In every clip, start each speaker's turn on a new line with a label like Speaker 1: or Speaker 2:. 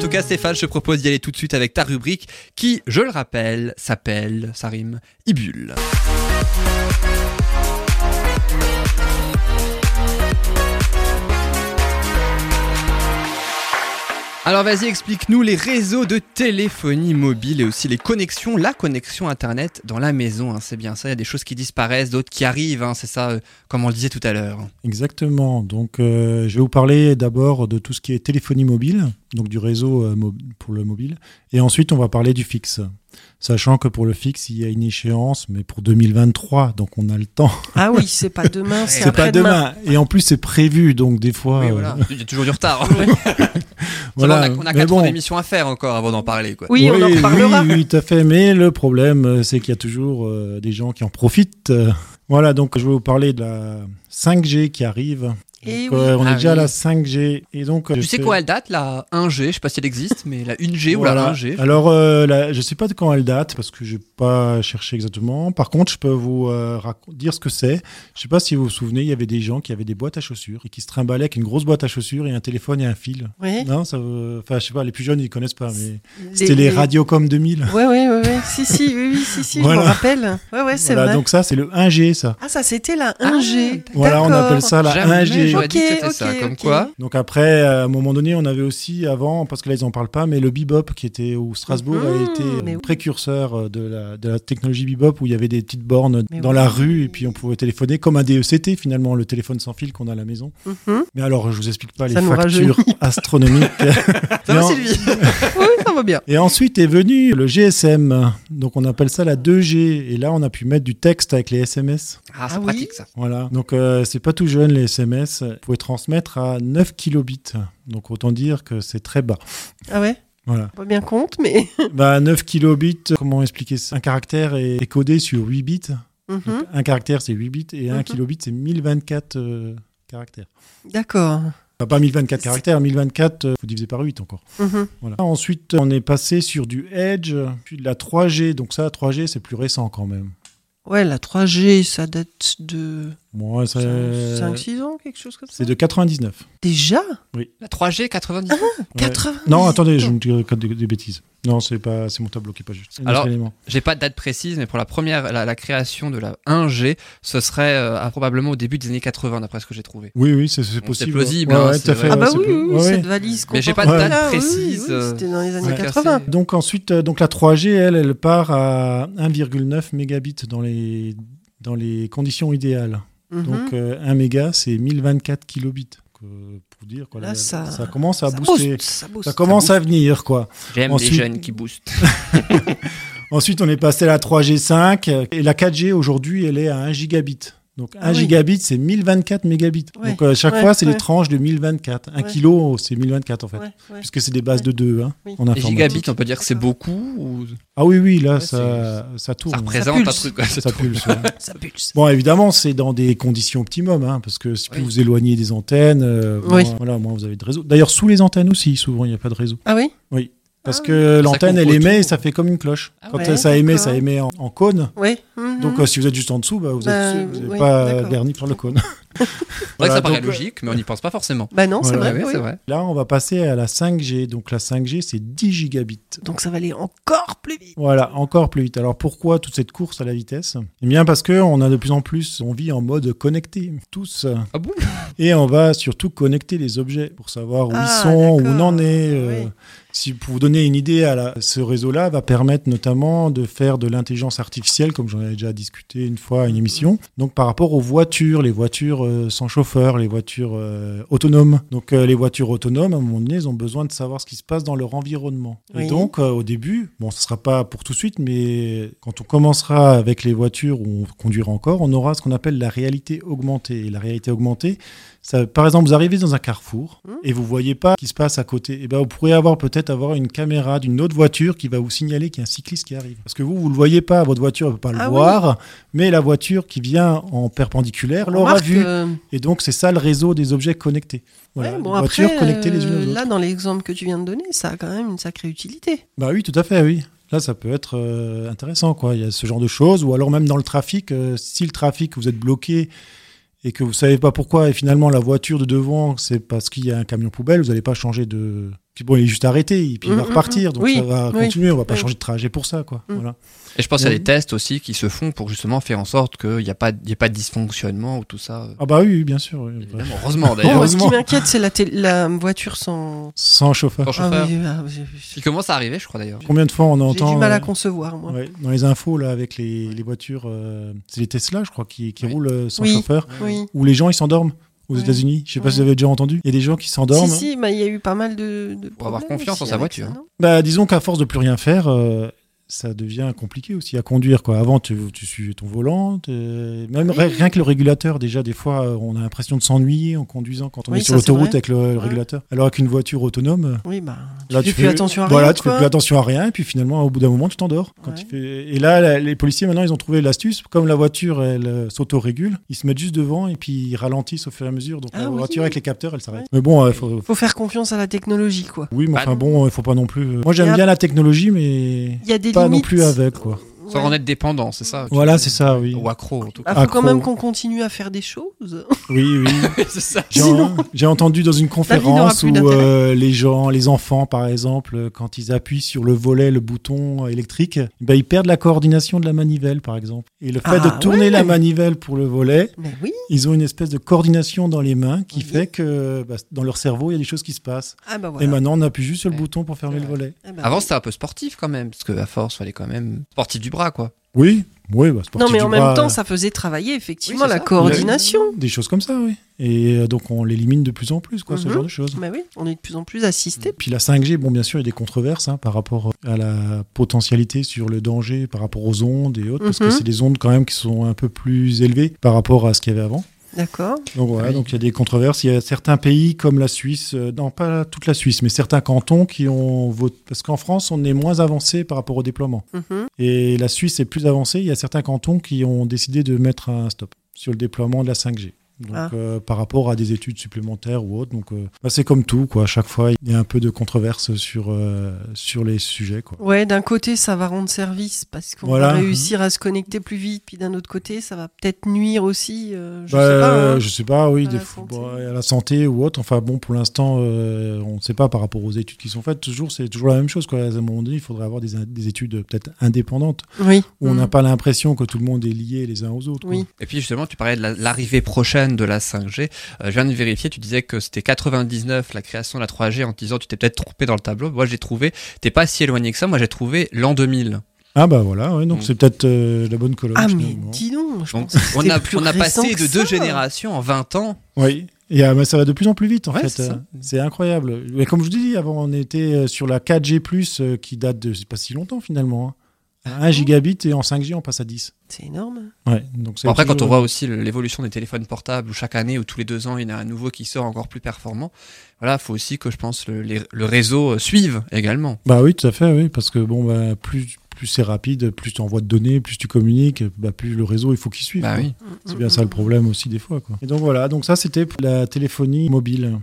Speaker 1: tout cas, Stéphane, je te propose d'y aller tout de suite avec ta rubrique qui, je le rappelle, s'appelle, ça rime, Ibule. Alors vas-y, explique-nous les réseaux de téléphonie mobile et aussi les connexions, la connexion Internet dans la maison. hein, c'est bien ça, il y a des choses qui disparaissent, d'autres qui arrivent, hein, c'est ça, euh, comme on le disait tout à l'heure.
Speaker 2: Ah, Exactement. Donc, euh, je vais vous parler d'abord de tout ce qui est téléphonie mobile, donc du réseau euh, mo- pour le mobile, et ensuite on va parler du fixe. Sachant que pour le fixe, il y a une échéance, mais pour 2023, donc on a le temps.
Speaker 3: Ah oui, c'est pas demain, c'est
Speaker 2: C'est pas
Speaker 3: après-demain.
Speaker 2: demain. Et en plus, c'est prévu, donc des fois.
Speaker 1: Oui,
Speaker 2: euh,
Speaker 1: voilà. Il y a toujours du retard.
Speaker 2: voilà.
Speaker 1: on a, on a
Speaker 2: Mais
Speaker 1: quatre
Speaker 2: bon.
Speaker 1: ans d'émission à faire encore avant d'en parler. Quoi.
Speaker 3: Oui, on en
Speaker 2: Oui,
Speaker 3: reparlera.
Speaker 2: Oui, oui, tout à fait. Mais le problème, euh, c'est qu'il y a toujours euh, des gens qui en profitent. Euh, Voilà, donc je vais vous parler de la 5G qui arrive.
Speaker 3: Eh
Speaker 2: Donc,
Speaker 3: oui.
Speaker 2: euh, on
Speaker 1: Ah
Speaker 2: est déjà à
Speaker 1: oui.
Speaker 2: la 5G. Et donc, euh,
Speaker 1: Tu sais quoi, elle date, la 1G, je sais pas si elle existe, mais la 1G ou la 1G.
Speaker 2: Alors, euh, la- je sais pas de quand elle date parce que j'ai pas cherché exactement. Par contre, je peux vous euh, raco- dire ce que c'est. Je sais pas si vous vous souvenez, il y avait des gens qui avaient des boîtes à chaussures et qui se trimballaient avec une grosse boîte à chaussures et un téléphone et un fil.
Speaker 3: Oui.
Speaker 2: Non, ça, veut- enfin, je sais pas. Les plus jeunes, ils connaissent pas, mais
Speaker 3: Les-
Speaker 2: c'était les
Speaker 3: les-
Speaker 2: Radiocom 2000.
Speaker 3: Ouais, ouais, ouais, ouais. Si, si, oui, oui, si, si, je
Speaker 2: Voilà.
Speaker 3: me rappelle. Ouais, ouais, c'est
Speaker 2: Voilà,
Speaker 3: vrai.
Speaker 2: donc ça, c'est le 1G, ça.
Speaker 3: Ah, ça, c'était la 1G.
Speaker 2: Voilà, on
Speaker 3: D'accord.
Speaker 2: appelle ça la
Speaker 1: Jamais j'aurais
Speaker 2: 1G.
Speaker 1: dit que
Speaker 3: Ok,
Speaker 1: c'était ça.
Speaker 3: ok,
Speaker 1: Comme
Speaker 3: ok.
Speaker 1: quoi
Speaker 2: Donc après, à un moment donné, on avait aussi avant, parce que là ils en parlent pas, mais le bebop qui était au Strasbourg
Speaker 3: Mhm,
Speaker 2: a été
Speaker 3: mais oui.
Speaker 2: précurseur euh, de la, de la technologie bebop où il y avait des petites bornes
Speaker 3: Mais
Speaker 2: dans
Speaker 3: oui.
Speaker 2: la rue et puis on pouvait téléphoner comme un DECT finalement, le téléphone sans fil qu'on a à la maison.
Speaker 3: Mhm.
Speaker 2: Mais alors, je vous explique pas
Speaker 3: Ça
Speaker 2: les
Speaker 3: nous
Speaker 2: factures astronomiques.
Speaker 1: Ça va,
Speaker 2: Ah, Non.
Speaker 1: Sylvie
Speaker 3: Oui, ça va bien.
Speaker 2: Et ensuite est venu le GSM, donc on appelle ça la 2G et là on a pu mettre du texte avec les SMS.
Speaker 1: Ah, c'est
Speaker 3: Ah oui.
Speaker 1: pratique ça.
Speaker 2: Voilà. Donc, euh, c'est pas tout jeune, les SMS. Vous pouvez transmettre à 9 kilobits. Donc, autant dire que c'est très bas.
Speaker 3: Ah ouais
Speaker 2: Voilà.
Speaker 3: Pas bien compte, mais.
Speaker 2: bah, 9 kilobits, comment expliquer ça Un caractère est est codé sur 8 bits.
Speaker 3: Mhm.
Speaker 2: Donc, euh, un caractère, c'est 8 bits. Et un
Speaker 3: Mhm.
Speaker 2: kilobit, c'est 1024 euh, caractères.
Speaker 3: D'accord.
Speaker 2: Enfin, pas 1024
Speaker 3: C'est-
Speaker 2: caractères, 1024, euh, vous divisez par 8 encore.
Speaker 3: Mhm.
Speaker 2: Voilà. Ensuite, on est passé sur du Edge, puis de la 3G. Donc, ça, 3G, c'est plus récent quand même.
Speaker 3: Ouais, la 3G, ça date de
Speaker 2: Moi, ça-
Speaker 3: 5-6 ans, quelque chose comme ça.
Speaker 2: c'est de 99.
Speaker 3: Déjà
Speaker 1: La 3G 90.
Speaker 2: Ouais.
Speaker 3: 80
Speaker 2: Non, attendez, je vous dis des, des bêtises. Non, c'est pas, c'est mon tableau qui est pas juste. C'est un autre
Speaker 1: Alors-
Speaker 2: élément.
Speaker 1: J'ai pas de date précise, mais pour la première, la, la création de la 1G, ce serait euh, ah, probablement au début des années 80, d'après ce que j'ai trouvé.
Speaker 2: Oui, oui, c'est c'est
Speaker 1: Bon,
Speaker 2: possible.
Speaker 1: c'est plausible,
Speaker 2: Ouais,
Speaker 1: hein,
Speaker 2: ouais,
Speaker 1: c'est
Speaker 2: tout à
Speaker 1: vrai.
Speaker 2: fait,
Speaker 3: Ah
Speaker 2: ouais,
Speaker 3: bah
Speaker 2: c'est
Speaker 3: oui,
Speaker 2: pla-
Speaker 3: oui,
Speaker 2: ouais,
Speaker 3: cette
Speaker 2: ouais.
Speaker 3: valise qu'on
Speaker 1: Mais j'ai pas
Speaker 2: de date
Speaker 1: précise, euh,
Speaker 3: C'était dans les années
Speaker 1: Ouais.
Speaker 3: 80.
Speaker 1: C'est-
Speaker 2: Donc ensuite, euh, donc la 3G, elle, elle part à 1,9 mégabits dans les dans les conditions idéales.
Speaker 3: Mhm.
Speaker 2: Donc euh, 1 méga, c'est 1024 kilobits. Donc, euh, pour dire quoi,
Speaker 3: Là,
Speaker 2: la-
Speaker 3: Ah, ça-
Speaker 2: commence à
Speaker 3: ça
Speaker 2: booster.
Speaker 3: booste, ça booste.
Speaker 2: Ça commence à venir, quoi.
Speaker 1: J'aime
Speaker 2: Ensuite-
Speaker 1: les jeunes qui boostent.
Speaker 2: Ensuite, on est passé à la 3G 5 euh, et la 4G aujourd'hui, elle est à 1 gigabit. Donc 1
Speaker 3: Ah oui.
Speaker 2: gigabit, c'est 1024 mégabits.
Speaker 3: Ouais.
Speaker 2: Donc euh, chaque
Speaker 3: Ouais,
Speaker 2: fois, c'est
Speaker 3: ouais.
Speaker 2: des tranches de 1024. 1
Speaker 3: Ouais.
Speaker 2: kilo, c'est 1024 en fait.
Speaker 3: Ouais, ouais.
Speaker 2: Puisque c'est des bases
Speaker 3: Ouais.
Speaker 2: de 2 hein,
Speaker 3: Oui.
Speaker 2: en
Speaker 1: Les
Speaker 2: informatique.
Speaker 1: gigabits, on peut dire que c'est beaucoup ou
Speaker 2: Ah oui, oui, là,
Speaker 1: Ouais,
Speaker 2: ça, ça tourne. hein.
Speaker 1: ça représente un
Speaker 3: pulse.
Speaker 1: truc quoi,
Speaker 2: Ça
Speaker 1: c'est tout.
Speaker 2: pulse, ouais.
Speaker 3: Ça pulse.
Speaker 2: Bon, évidemment, c'est dans des conditions optimum, hein, parce que si plus
Speaker 1: Oui.
Speaker 2: vous éloignez des antennes, euh,
Speaker 3: Oui.
Speaker 2: moins- voilà, moins vous avez de réseau. D'ailleurs, sous les antennes aussi, souvent, il n'y a pas de réseau.
Speaker 3: Ah oui
Speaker 2: Parce
Speaker 3: Ah.
Speaker 2: que l'antenne,
Speaker 1: couvre
Speaker 2: elle émet
Speaker 1: tout.
Speaker 2: et ça fait comme une cloche.
Speaker 1: Ah
Speaker 2: Quand
Speaker 3: ouais,
Speaker 2: euh, ça émet,
Speaker 3: d'accord.
Speaker 2: ça émet en- en cône.
Speaker 3: Oui. Mhm.
Speaker 2: Donc euh, si vous êtes juste en dessous, bah, vous
Speaker 3: Bah,
Speaker 2: n'êtes
Speaker 3: oui,
Speaker 2: pas
Speaker 3: d'accord.
Speaker 2: garni par le cône.
Speaker 1: C'est vrai que
Speaker 2: Voilà,
Speaker 1: ça paraît
Speaker 2: donc,
Speaker 1: logique, mais on n'y pense pas forcément.
Speaker 3: Bah non, c'est
Speaker 2: Voilà.
Speaker 1: Ouais,
Speaker 3: vrai.
Speaker 1: ouais,
Speaker 3: oui.
Speaker 1: c'est vrai.
Speaker 2: Là, on va passer à la 5G. Donc la 5G, c'est 10 gigabits.
Speaker 3: Donc ça va aller encore plus vite.
Speaker 2: Voilà, encore plus vite. Alors pourquoi toute cette course à la vitesse Eh bien parce que on a de plus en plus, on vit en mode connecté, tous.
Speaker 1: Ah bon
Speaker 2: Et on va surtout connecter les objets pour savoir où
Speaker 3: Ah,
Speaker 2: ils sont, où
Speaker 3: d'accord. Ah,
Speaker 2: on en est. euh,
Speaker 3: Oui.
Speaker 2: Si pour vous donner une idée, à la- ce réseau-là va permettre notamment de faire de l'intelligence artificielle, comme j'en avais déjà discuté une fois à une émission. Donc par rapport aux voitures, les voitures euh, sans chauffeur, les voitures euh, autonomes. Donc euh, les voitures autonomes, à un moment donné, elles ont besoin de savoir ce qui se passe dans leur environnement.
Speaker 3: Oui.
Speaker 2: Et donc euh, au début, bon, ce sera pas pour tout de suite, mais quand on commencera avec les voitures où on conduira encore, on aura ce qu'on appelle la réalité augmentée. Et la réalité augmentée, ça, par exemple, vous arrivez dans un carrefour
Speaker 3: Hmm.
Speaker 2: et vous voyez pas ce qui se passe à côté. Et ben, vous pourrez avoir peut-être avoir une caméra d'une autre voiture qui va vous signaler qu'il y a un cycliste qui arrive. Parce que vous, vous le voyez pas, votre voiture ne peut pas le
Speaker 3: Ah oui.
Speaker 2: voir, mais la voiture qui vient en perpendiculaire l'aura
Speaker 3: Remarque,
Speaker 2: vu.
Speaker 3: euh,
Speaker 2: Et donc, c'est ça le réseau des objets connectés. Voilà,
Speaker 3: ouais,
Speaker 2: les
Speaker 3: bon,
Speaker 2: voitures
Speaker 3: après,
Speaker 2: connectées les unes
Speaker 3: euh,
Speaker 2: aux autres.
Speaker 3: Là, dans l'exemple que tu viens de donner, ça a quand même une sacrée utilité.
Speaker 2: Bah oui, tout à fait, oui. Là, ça peut être euh, intéressant, quoi. Il y a ce genre de choses, ou alors même dans le trafic, euh, si le trafic, vous êtes bloqué et que vous savez pas pourquoi, et finalement la voiture de devant, c'est parce qu'il y a un camion poubelle, vous n'allez pas changer de, Puis bon, il est juste arrêté, et puis il va
Speaker 3: Mm, mm,
Speaker 2: repartir. Donc
Speaker 3: oui,
Speaker 2: ça va
Speaker 3: oui,
Speaker 2: continuer, on va pas
Speaker 3: oui.
Speaker 2: changer de trajet pour ça, quoi.
Speaker 3: Mm.
Speaker 2: Voilà.
Speaker 1: Et je pense qu'il y a
Speaker 2: Ouais.
Speaker 1: des tests aussi qui se font pour justement faire en sorte qu'il n'y a, pas- il y ait pas de dysfonctionnement ou tout ça. euh,
Speaker 2: Ah bah oui, oui, bien sûr.
Speaker 3: Mmh.
Speaker 2: oui.
Speaker 1: évidemment. Heureusement
Speaker 3: Bon,
Speaker 1: d'ailleurs.
Speaker 3: ce
Speaker 2: heureusement.
Speaker 3: qui m'inquiète, c'est la, télé- la voiture sans.
Speaker 2: Sans chauffeur.
Speaker 1: Sans chauffeur.
Speaker 3: Ah oui, ah, j'ai- j'ai-
Speaker 1: Il commence à arriver, je crois d'ailleurs.
Speaker 2: Combien de fois on
Speaker 3: J'ai
Speaker 2: entend
Speaker 3: du mal
Speaker 2: euh,
Speaker 3: à concevoir, moi.
Speaker 2: ouais, dans les infos là avec les, les voitures, euh, c'est les Tesla, je crois, qui, qui
Speaker 1: Oui.
Speaker 2: roulent euh, sans
Speaker 3: Oui.
Speaker 2: chauffeur,
Speaker 3: Oui.
Speaker 2: où les gens ils s'endorment aux
Speaker 3: Ouais.
Speaker 2: États-Unis. Je sais pas
Speaker 3: Ouais.
Speaker 2: si vous avez déjà entendu. Il y a des gens qui s'endorment.
Speaker 3: Si, si, bah, il y a eu pas mal de. de
Speaker 1: Pour avoir
Speaker 3: problèmes
Speaker 1: confiance en
Speaker 3: aussi
Speaker 1: sa
Speaker 3: avec
Speaker 1: voiture. hein.
Speaker 3: ça, non
Speaker 2: Bah, disons qu'à force de plus rien faire, euh, ça devient compliqué aussi à conduire. Quoi. Avant, tu, tu suivais ton volant, t'es- même
Speaker 3: Oui.
Speaker 2: ri- rien que le régulateur, déjà, des fois, euh, on a l'impression de s'ennuyer en conduisant quand on
Speaker 3: Oui,
Speaker 2: est sur
Speaker 3: ça, c'est
Speaker 2: l'autoroute
Speaker 3: vrai.
Speaker 2: avec le, le
Speaker 3: Ouais.
Speaker 2: régulateur. Alors qu'une voiture autonome,
Speaker 3: Oui, bah.
Speaker 2: là,
Speaker 3: fais plus attention à rien,
Speaker 2: voilà, tu fais
Speaker 3: quoi.
Speaker 2: plus attention à rien, et puis finalement, au bout d'un moment, tu t'endors. Quand
Speaker 3: Ouais.
Speaker 2: tu fais- Et là, la- les policiers, maintenant, ils ont trouvé l'astuce. Comme la voiture, elle euh, s'autorégule, ils se mettent juste devant et puis ils ralentissent au fur et à mesure. Donc
Speaker 3: Ah
Speaker 2: la
Speaker 3: oui.
Speaker 2: voiture avec les capteurs, elle s'arrête. Mais bon, euh, faut-
Speaker 3: Faut faire confiance à la technologie, quoi.
Speaker 2: Oui, mais
Speaker 1: Bah
Speaker 2: enfin
Speaker 1: non.
Speaker 2: bon, il faut pas non plus. euh, Moi, j'aime
Speaker 3: Yep.
Speaker 2: bien la technologie, mais
Speaker 3: Il y a des
Speaker 2: pas non
Speaker 3: limites.
Speaker 2: plus avec quoi.
Speaker 3: Ouais.
Speaker 1: Sans en être dépendant, c'est ça tu
Speaker 2: Voilà,
Speaker 1: vois.
Speaker 2: c'est ça, oui.
Speaker 1: Ou accro en tout cas.
Speaker 3: Bah, faut
Speaker 2: accro.
Speaker 3: quand même qu'on continue à faire des choses.
Speaker 2: Oui, oui.
Speaker 1: c'est ça.
Speaker 2: J'ai
Speaker 3: Sinon-
Speaker 2: j'ai entendu dans une
Speaker 3: n'aura
Speaker 2: conférence
Speaker 3: plus
Speaker 2: où
Speaker 3: d'intérêt.
Speaker 2: euh, les gens, les enfants par exemple, euh, quand ils appuient sur le volet, le bouton électrique, ben, ils perdent la coordination de la manivelle par exemple. Et le fait
Speaker 3: Ah,
Speaker 2: de tourner
Speaker 3: ouais.
Speaker 2: la manivelle pour le volet,
Speaker 3: Mais oui.
Speaker 2: ils ont une espèce de coordination dans les mains qui
Speaker 3: Oui.
Speaker 2: fait que bah, dans leur cerveau, il y a des choses qui se passent.
Speaker 3: Ah bah
Speaker 2: Et
Speaker 3: voilà.
Speaker 2: maintenant, on appuie juste sur le
Speaker 1: Ouais.
Speaker 2: bouton pour fermer
Speaker 1: Ouais.
Speaker 2: le volet.
Speaker 3: Ah bah
Speaker 1: Avant
Speaker 3: oui.
Speaker 1: c'était un peu sportif quand même, parce que à force fallait quand même sportif du bras quoi.
Speaker 2: Oui, oui, bah,
Speaker 3: Non,
Speaker 2: sportif
Speaker 3: mais
Speaker 2: du
Speaker 3: en même
Speaker 2: bras,
Speaker 3: temps,
Speaker 2: euh,
Speaker 3: ça faisait travailler effectivement
Speaker 1: Oui, c'est
Speaker 3: la
Speaker 1: ça.
Speaker 3: coordination.
Speaker 2: Des choses comme ça, oui. Et euh, donc on l'élimine de plus en plus, quoi, ce
Speaker 3: Mhm.
Speaker 2: genre de choses.
Speaker 3: Bah oui, on est de plus en plus assisté.
Speaker 2: Puis la 5G, bon, bien sûr, il y a des controverses hein, par rapport à la potentialité sur le danger par rapport aux ondes et autres, parce que
Speaker 3: Mhm.
Speaker 2: c'est des ondes quand même qui sont un peu plus élevées par rapport à ce qu'il y avait avant.
Speaker 3: D'accord.
Speaker 2: Donc voilà,
Speaker 1: Oui.
Speaker 2: donc il y a des controverses. Il y a certains pays comme la Suisse, euh, non pas toute la Suisse, mais certains cantons qui ont voté, parce qu'en France, on est moins avancé par rapport au déploiement.
Speaker 3: Mhm.
Speaker 2: Et la Suisse est plus avancée. Il y a certains cantons qui ont décidé de mettre un stop sur le déploiement de la 5G. Donc,
Speaker 3: Ah.
Speaker 2: euh, par rapport à des études supplémentaires ou autres. Donc, euh, bah, c'est comme tout, quoi. À chaque fois, il y a un peu de controverse sur, euh, sur les sujets, quoi.
Speaker 3: Ouais, d'un côté, ça va rendre service parce qu'on
Speaker 2: Voilà. Mm-hmm.
Speaker 3: va réussir à se connecter plus vite, puis d'un autre côté, ça va peut-être nuire aussi. euh, je
Speaker 2: Bah,
Speaker 3: sais pas. hein.
Speaker 2: je sais pas, oui,
Speaker 3: À
Speaker 2: des
Speaker 3: la
Speaker 2: fois,
Speaker 3: santé.
Speaker 2: bon, à la santé ou autre. Enfin, bon, pour l'instant, euh, on ne sait pas par rapport aux études qui sont faites. Toujours, c'est toujours la même chose, quoi. À un moment donné, il faudrait avoir des, in- des études euh, peut-être indépendantes
Speaker 3: Oui.
Speaker 2: où on
Speaker 3: Mhm.
Speaker 2: n'a pas l'impression que tout le monde est lié les uns aux autres.
Speaker 3: Oui.
Speaker 1: Et puis justement, tu parlais de la- l'arrivée prochaine de la 5G. Euh, je viens de vérifier, tu disais que c'était 99 la création de la 3G en te disant tu t'es peut-être trompé dans le tableau. Moi j'ai trouvé, t'es pas si éloigné que ça, moi j'ai trouvé l'an 2000.
Speaker 2: Ah bah voilà, ouais, donc
Speaker 1: Mm.
Speaker 2: c'est peut-être euh, la bonne colonne.
Speaker 3: Ah mais
Speaker 2: finalement.
Speaker 3: dis donc, je
Speaker 1: Donc
Speaker 3: pense que
Speaker 1: on
Speaker 3: c'était
Speaker 1: a,
Speaker 3: plus
Speaker 1: on a
Speaker 3: récent
Speaker 1: passé
Speaker 3: que
Speaker 1: de deux
Speaker 3: ça.
Speaker 1: générations en 20 ans.
Speaker 2: Oui. Et euh, mais ça va de plus en plus vite, en
Speaker 1: Ouais,
Speaker 2: fait.
Speaker 1: c'est ça.
Speaker 2: Euh, C'est incroyable. Mais comme je vous dis, avant, on était euh, sur la 4G, euh, qui date de c'est pas si longtemps, finalement. hein. À
Speaker 1: Ah
Speaker 2: 1 gigabit et en 5G, on passe à 10.
Speaker 3: C'est énorme.
Speaker 2: Ouais, donc c'est
Speaker 1: Bon, après, quand on
Speaker 2: toujours-
Speaker 1: voit aussi le- l'évolution des téléphones portables, où chaque année ou tous les deux ans, il y en a un nouveau qui sort encore plus performant, voilà, faut aussi que je pense le, les- le réseau euh, suive également.
Speaker 2: Bah oui, tout à fait, oui. Parce que bon, bah, plus, plus c'est rapide, plus tu envoies de données, plus tu communiques, bah, plus le réseau, il faut qu'il suive.
Speaker 1: Bah
Speaker 2: quoi.
Speaker 1: oui.
Speaker 3: Mm,
Speaker 2: C'est bien ça le problème aussi des fois. Quoi. Et donc voilà, donc ça c'était pour la téléphonie mobile.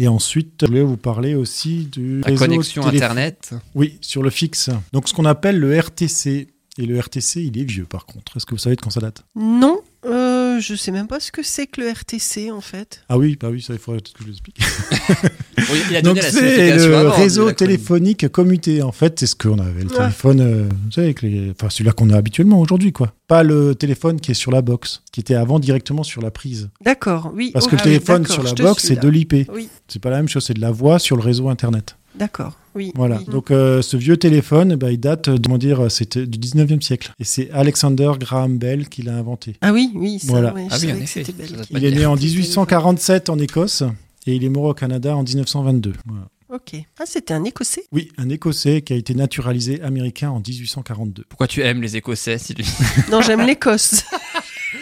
Speaker 2: Et ensuite, je voulais vous parler aussi du
Speaker 1: La
Speaker 2: réseau
Speaker 1: connexion
Speaker 2: télé-
Speaker 1: Internet.
Speaker 2: Oui, sur le fixe. Donc ce qu'on appelle le RTC. Et le RTC, il est vieux par contre. Est-ce que vous savez de quand ça date
Speaker 3: Non, euh, je sais même pas ce que c'est que le RTC en fait.
Speaker 2: Ah oui, bah oui, ça il faudrait peut-être que je l'explique.
Speaker 1: Bon, il- il a
Speaker 2: Donc
Speaker 1: donné la
Speaker 2: c'est
Speaker 1: signification
Speaker 2: le
Speaker 1: avant, hein,
Speaker 2: réseau
Speaker 1: la conne-
Speaker 2: téléphonique commuté en fait, c'est ce qu'on avait le
Speaker 3: Ouais.
Speaker 2: téléphone, euh, vous savez, avec les- enfin celui-là qu'on a habituellement aujourd'hui quoi. Pas le téléphone qui est sur la box, qui était avant directement sur la prise.
Speaker 3: D'accord, oui.
Speaker 2: Parce
Speaker 3: oh,
Speaker 2: que le
Speaker 3: ah oui,
Speaker 2: téléphone
Speaker 3: d'accord,
Speaker 2: sur la
Speaker 3: je te
Speaker 2: box
Speaker 3: suis,
Speaker 2: c'est
Speaker 3: là.
Speaker 2: de l'IP.
Speaker 3: Oui.
Speaker 2: C'est pas la même chose, c'est de la voix sur le réseau internet.
Speaker 3: D'accord, oui.
Speaker 2: Voilà.
Speaker 3: oui.
Speaker 2: Donc euh, ce vieux téléphone, bah, il date, euh, comment dire, c'était du 19e siècle. Et c'est Alexander Graham Bell qui l'a inventé.
Speaker 3: Ah oui, oui, ça,
Speaker 2: Voilà.
Speaker 3: ouais,
Speaker 1: Ah
Speaker 3: je
Speaker 1: oui,
Speaker 3: savais
Speaker 1: en
Speaker 3: que
Speaker 1: effet,
Speaker 3: c'était
Speaker 1: ça
Speaker 3: belle.
Speaker 1: doit pas
Speaker 2: Il est
Speaker 1: dire.
Speaker 2: né en 1847 en Écosse et il est mort au Canada en 1922. Voilà.
Speaker 3: Ok. Ah, c'était un Écossais.
Speaker 2: Oui, un Écossais qui a été naturalisé américain en 1842.
Speaker 1: Pourquoi tu aimes les Écossais si tu...
Speaker 3: Non, j'aime l'Écosse.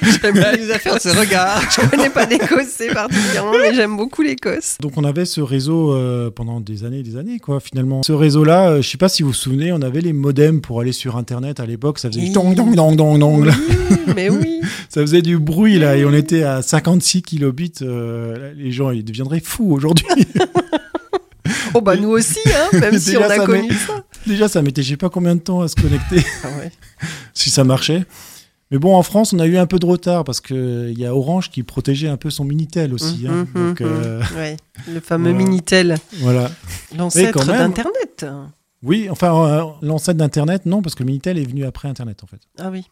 Speaker 1: J'aime bien Bah, nous faire ce regard.
Speaker 3: je connais pas d'Écossais particulièrement, mais j'aime beaucoup l'Écosse.
Speaker 2: Donc on avait ce réseau euh, pendant des années et des années, quoi, finalement. Ce réseau-là, euh, je sais pas si vous vous souvenez, on avait les modems pour aller sur Internet à l'époque, ça faisait
Speaker 3: Oui.
Speaker 2: dong, dong, dong, dong, dong, là.
Speaker 3: Oui, mais oui.
Speaker 2: ça faisait du bruit, là, et on était à 56 kilobits, euh, là, les gens, ils deviendraient fous aujourd'hui.
Speaker 3: Oh bah nous aussi, hein, même si on
Speaker 2: Déjà,
Speaker 3: a
Speaker 2: ça
Speaker 3: connu ça.
Speaker 2: Déjà, ça mettait je sais pas combien de temps à se connecter,
Speaker 3: Ah ouais.
Speaker 2: si ça marchait. Mais bon, en France, on a eu un peu de retard parce qu'il y a Orange qui protégeait un peu son Minitel aussi. hein.
Speaker 3: Mhm,
Speaker 2: Donc,
Speaker 3: mhm.
Speaker 2: euh,
Speaker 3: Ouais, le fameux
Speaker 2: voilà.
Speaker 3: Minitel,
Speaker 2: voilà.
Speaker 3: l'ancêtre
Speaker 2: quand même-
Speaker 3: d'Internet.
Speaker 2: Oui, enfin, euh, l'ancêtre d'Internet, non, parce que le Minitel est venu après Internet, en fait.
Speaker 3: Ah oui,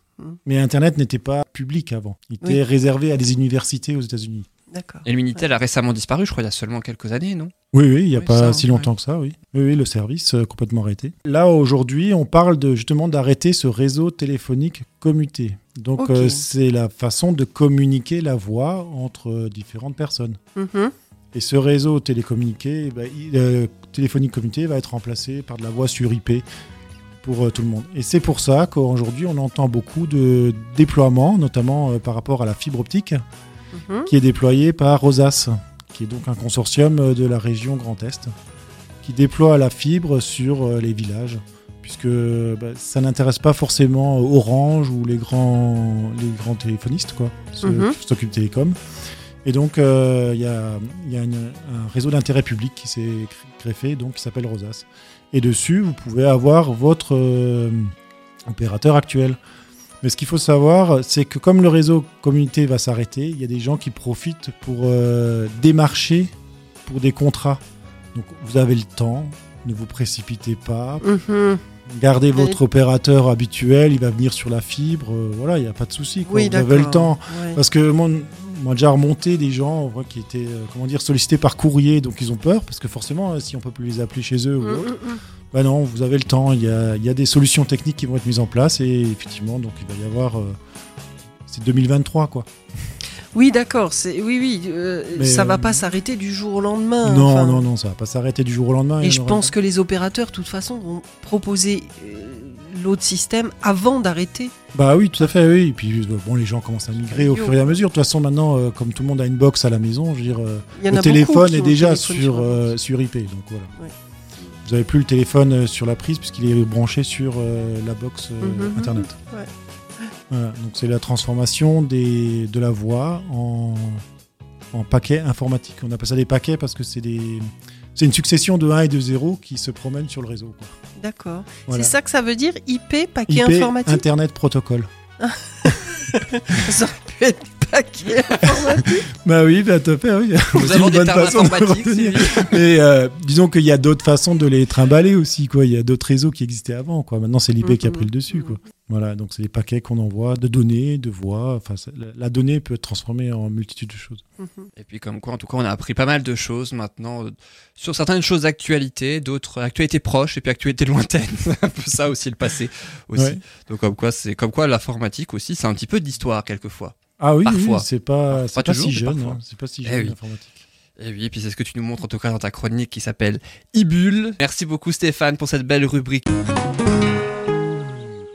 Speaker 2: Mais Internet n'était pas public avant. Il
Speaker 3: Oui.
Speaker 2: était réservé à des universités aux États-Unis.
Speaker 3: d'accord.
Speaker 1: Et le Minitel a récemment disparu, je crois, il y a seulement quelques années, non
Speaker 2: Oui, oui, il n'y a
Speaker 1: Oui,
Speaker 2: pas
Speaker 1: ça,
Speaker 2: si longtemps que ça, oui. Oui, oui, le service euh, complètement arrêté. Là, aujourd'hui, on parle de, justement d'arrêter ce réseau téléphonique commuté. Donc,
Speaker 3: Ok.
Speaker 2: euh, c'est la façon de communiquer la voix entre euh, différentes personnes.
Speaker 3: Mhm.
Speaker 2: Et ce réseau télécommuniqué, eh ben, il- euh, téléphonique commuté va être remplacé par de la voix sur IP pour euh, tout le monde. Et c'est pour ça qu'aujourd'hui, on entend beaucoup de déploiements, notamment euh, par rapport à la fibre optique,
Speaker 3: Mhm.
Speaker 2: qui est déployée par Rosas, qui est donc un consortium euh, de la région Grand Est, qui déploie la fibre sur euh, les villages, puisque euh, bah, ça n'intéresse pas forcément euh, Orange ou les grands, les grands téléphonistes, quoi, ceux
Speaker 3: Mhm.
Speaker 2: qui s'occupent télécom. Et donc, euh, il y a, il y a une- un réseau d'intérêt public qui s'est cr- greffé, donc qui s'appelle Rosas. Et dessus, vous pouvez avoir votre euh, opérateur actuel. Mais ce qu'il faut savoir, c'est que comme le réseau communauté va s'arrêter, il y a des gens qui profitent pour euh, démarcher pour des contrats. Donc vous avez le temps, ne vous précipitez pas,
Speaker 3: Mhm.
Speaker 2: gardez
Speaker 3: Vous avez-
Speaker 2: votre opérateur habituel, il va venir sur la fibre, euh, voilà, il n'y a pas de souci. quoi.
Speaker 3: Oui,
Speaker 2: vous avez le
Speaker 3: d'accord.
Speaker 2: temps.
Speaker 3: Ouais.
Speaker 2: Parce que moi, on m'a déjà remonté des gens on voit, qui étaient euh, comment dire, sollicités par courrier, donc ils ont peur, parce que forcément, euh, si on peut plus les appeler chez eux, ou autre,
Speaker 3: Mhm, mhm.
Speaker 2: bah non, vous avez le temps, il y a, il y a des solutions techniques qui vont être mises en place, et effectivement, donc il va y avoir... euh, c'est 2023, quoi.
Speaker 3: Oui, d'accord. c'est- Oui, oui. euh,
Speaker 2: Mais,
Speaker 3: ça va
Speaker 2: euh,
Speaker 3: pas s'arrêter du jour au lendemain.
Speaker 2: non,
Speaker 3: Ah, enfin.
Speaker 2: non, non, ça va pas s'arrêter du jour au lendemain. il
Speaker 3: Et
Speaker 2: y en
Speaker 3: je
Speaker 2: aura-
Speaker 3: pense que les opérateurs, de toute façon, vont proposer euh, l'autre système avant d'arrêter.
Speaker 2: Bah oui, tout à fait, oui. Et puis, euh, bon, les gens commencent à migrer au
Speaker 3: Yo.
Speaker 2: fur et à mesure. De toute façon, maintenant, euh, comme tout le monde a une box à la maison, je veux dire... euh,
Speaker 3: Il y en
Speaker 2: le
Speaker 3: a beaucoup
Speaker 2: téléphone
Speaker 3: qui
Speaker 2: est
Speaker 3: ont un
Speaker 2: déjà
Speaker 3: téléphone
Speaker 2: sur,
Speaker 3: un
Speaker 2: euh,
Speaker 3: box.
Speaker 2: sur IP, donc voilà.
Speaker 3: hein. Ouais.
Speaker 2: Vous n'avez plus le téléphone euh, sur la prise puisqu'il est branché sur euh, la box euh,
Speaker 3: Mhm.
Speaker 2: Internet.
Speaker 3: Ouais.
Speaker 2: Voilà, donc c'est la transformation des, de la voix en, en paquets informatiques. On appelle ça des paquets parce que c'est des c'est une succession de 1 et de 0 qui se promènent sur le réseau. quoi.
Speaker 3: D'accord.
Speaker 2: Voilà.
Speaker 3: C'est ça que ça veut dire IP, paquet
Speaker 2: IP,
Speaker 3: informatique
Speaker 2: Internet Protocol.
Speaker 3: Ça aurait pu être paquet informatique.
Speaker 2: Bah oui, bah tout à fait, oui.
Speaker 1: Nous
Speaker 2: C'est
Speaker 1: avons
Speaker 2: une
Speaker 1: des
Speaker 2: bonne
Speaker 1: termes
Speaker 2: façon de
Speaker 1: informatiques,
Speaker 2: retenir.
Speaker 1: Sylvie.
Speaker 2: Mais euh, disons qu'il y a d'autres façons de les trimballer aussi, quoi. Il y a d'autres réseaux qui existaient avant, quoi. Maintenant, c'est l'IP qui a pris le dessus, quoi. Voilà, donc c'est les paquets qu'on envoie de données, de voix. Enfin, ça- la, la donnée peut être transformée en multitude de choses.
Speaker 3: Mhm.
Speaker 1: Et puis comme quoi, en tout cas, on a appris pas mal de choses maintenant euh, sur certaines choses d'actualité, d'autres euh, actualités proches et puis actualités lointaines. C'est un peu ça aussi le passé aussi.
Speaker 2: Ouais.
Speaker 1: Donc comme quoi, c'est comme quoi l'informatique aussi, c'est un petit peu d'histoire quelquefois.
Speaker 2: Ah oui,
Speaker 1: Parfois.
Speaker 2: oui, c'est pas,
Speaker 1: Parfois,
Speaker 2: c'est pas,
Speaker 1: pas toujours,
Speaker 2: si
Speaker 1: mais
Speaker 2: jeune,
Speaker 1: parfois.
Speaker 2: hein. c'est pas si
Speaker 1: Eh
Speaker 2: jeune
Speaker 1: oui.
Speaker 2: l'informatique.
Speaker 1: Et oui, et puis c'est ce que tu nous montres en tout cas dans ta chronique qui s'appelle Ibule. Merci beaucoup Stéphane pour cette belle rubrique.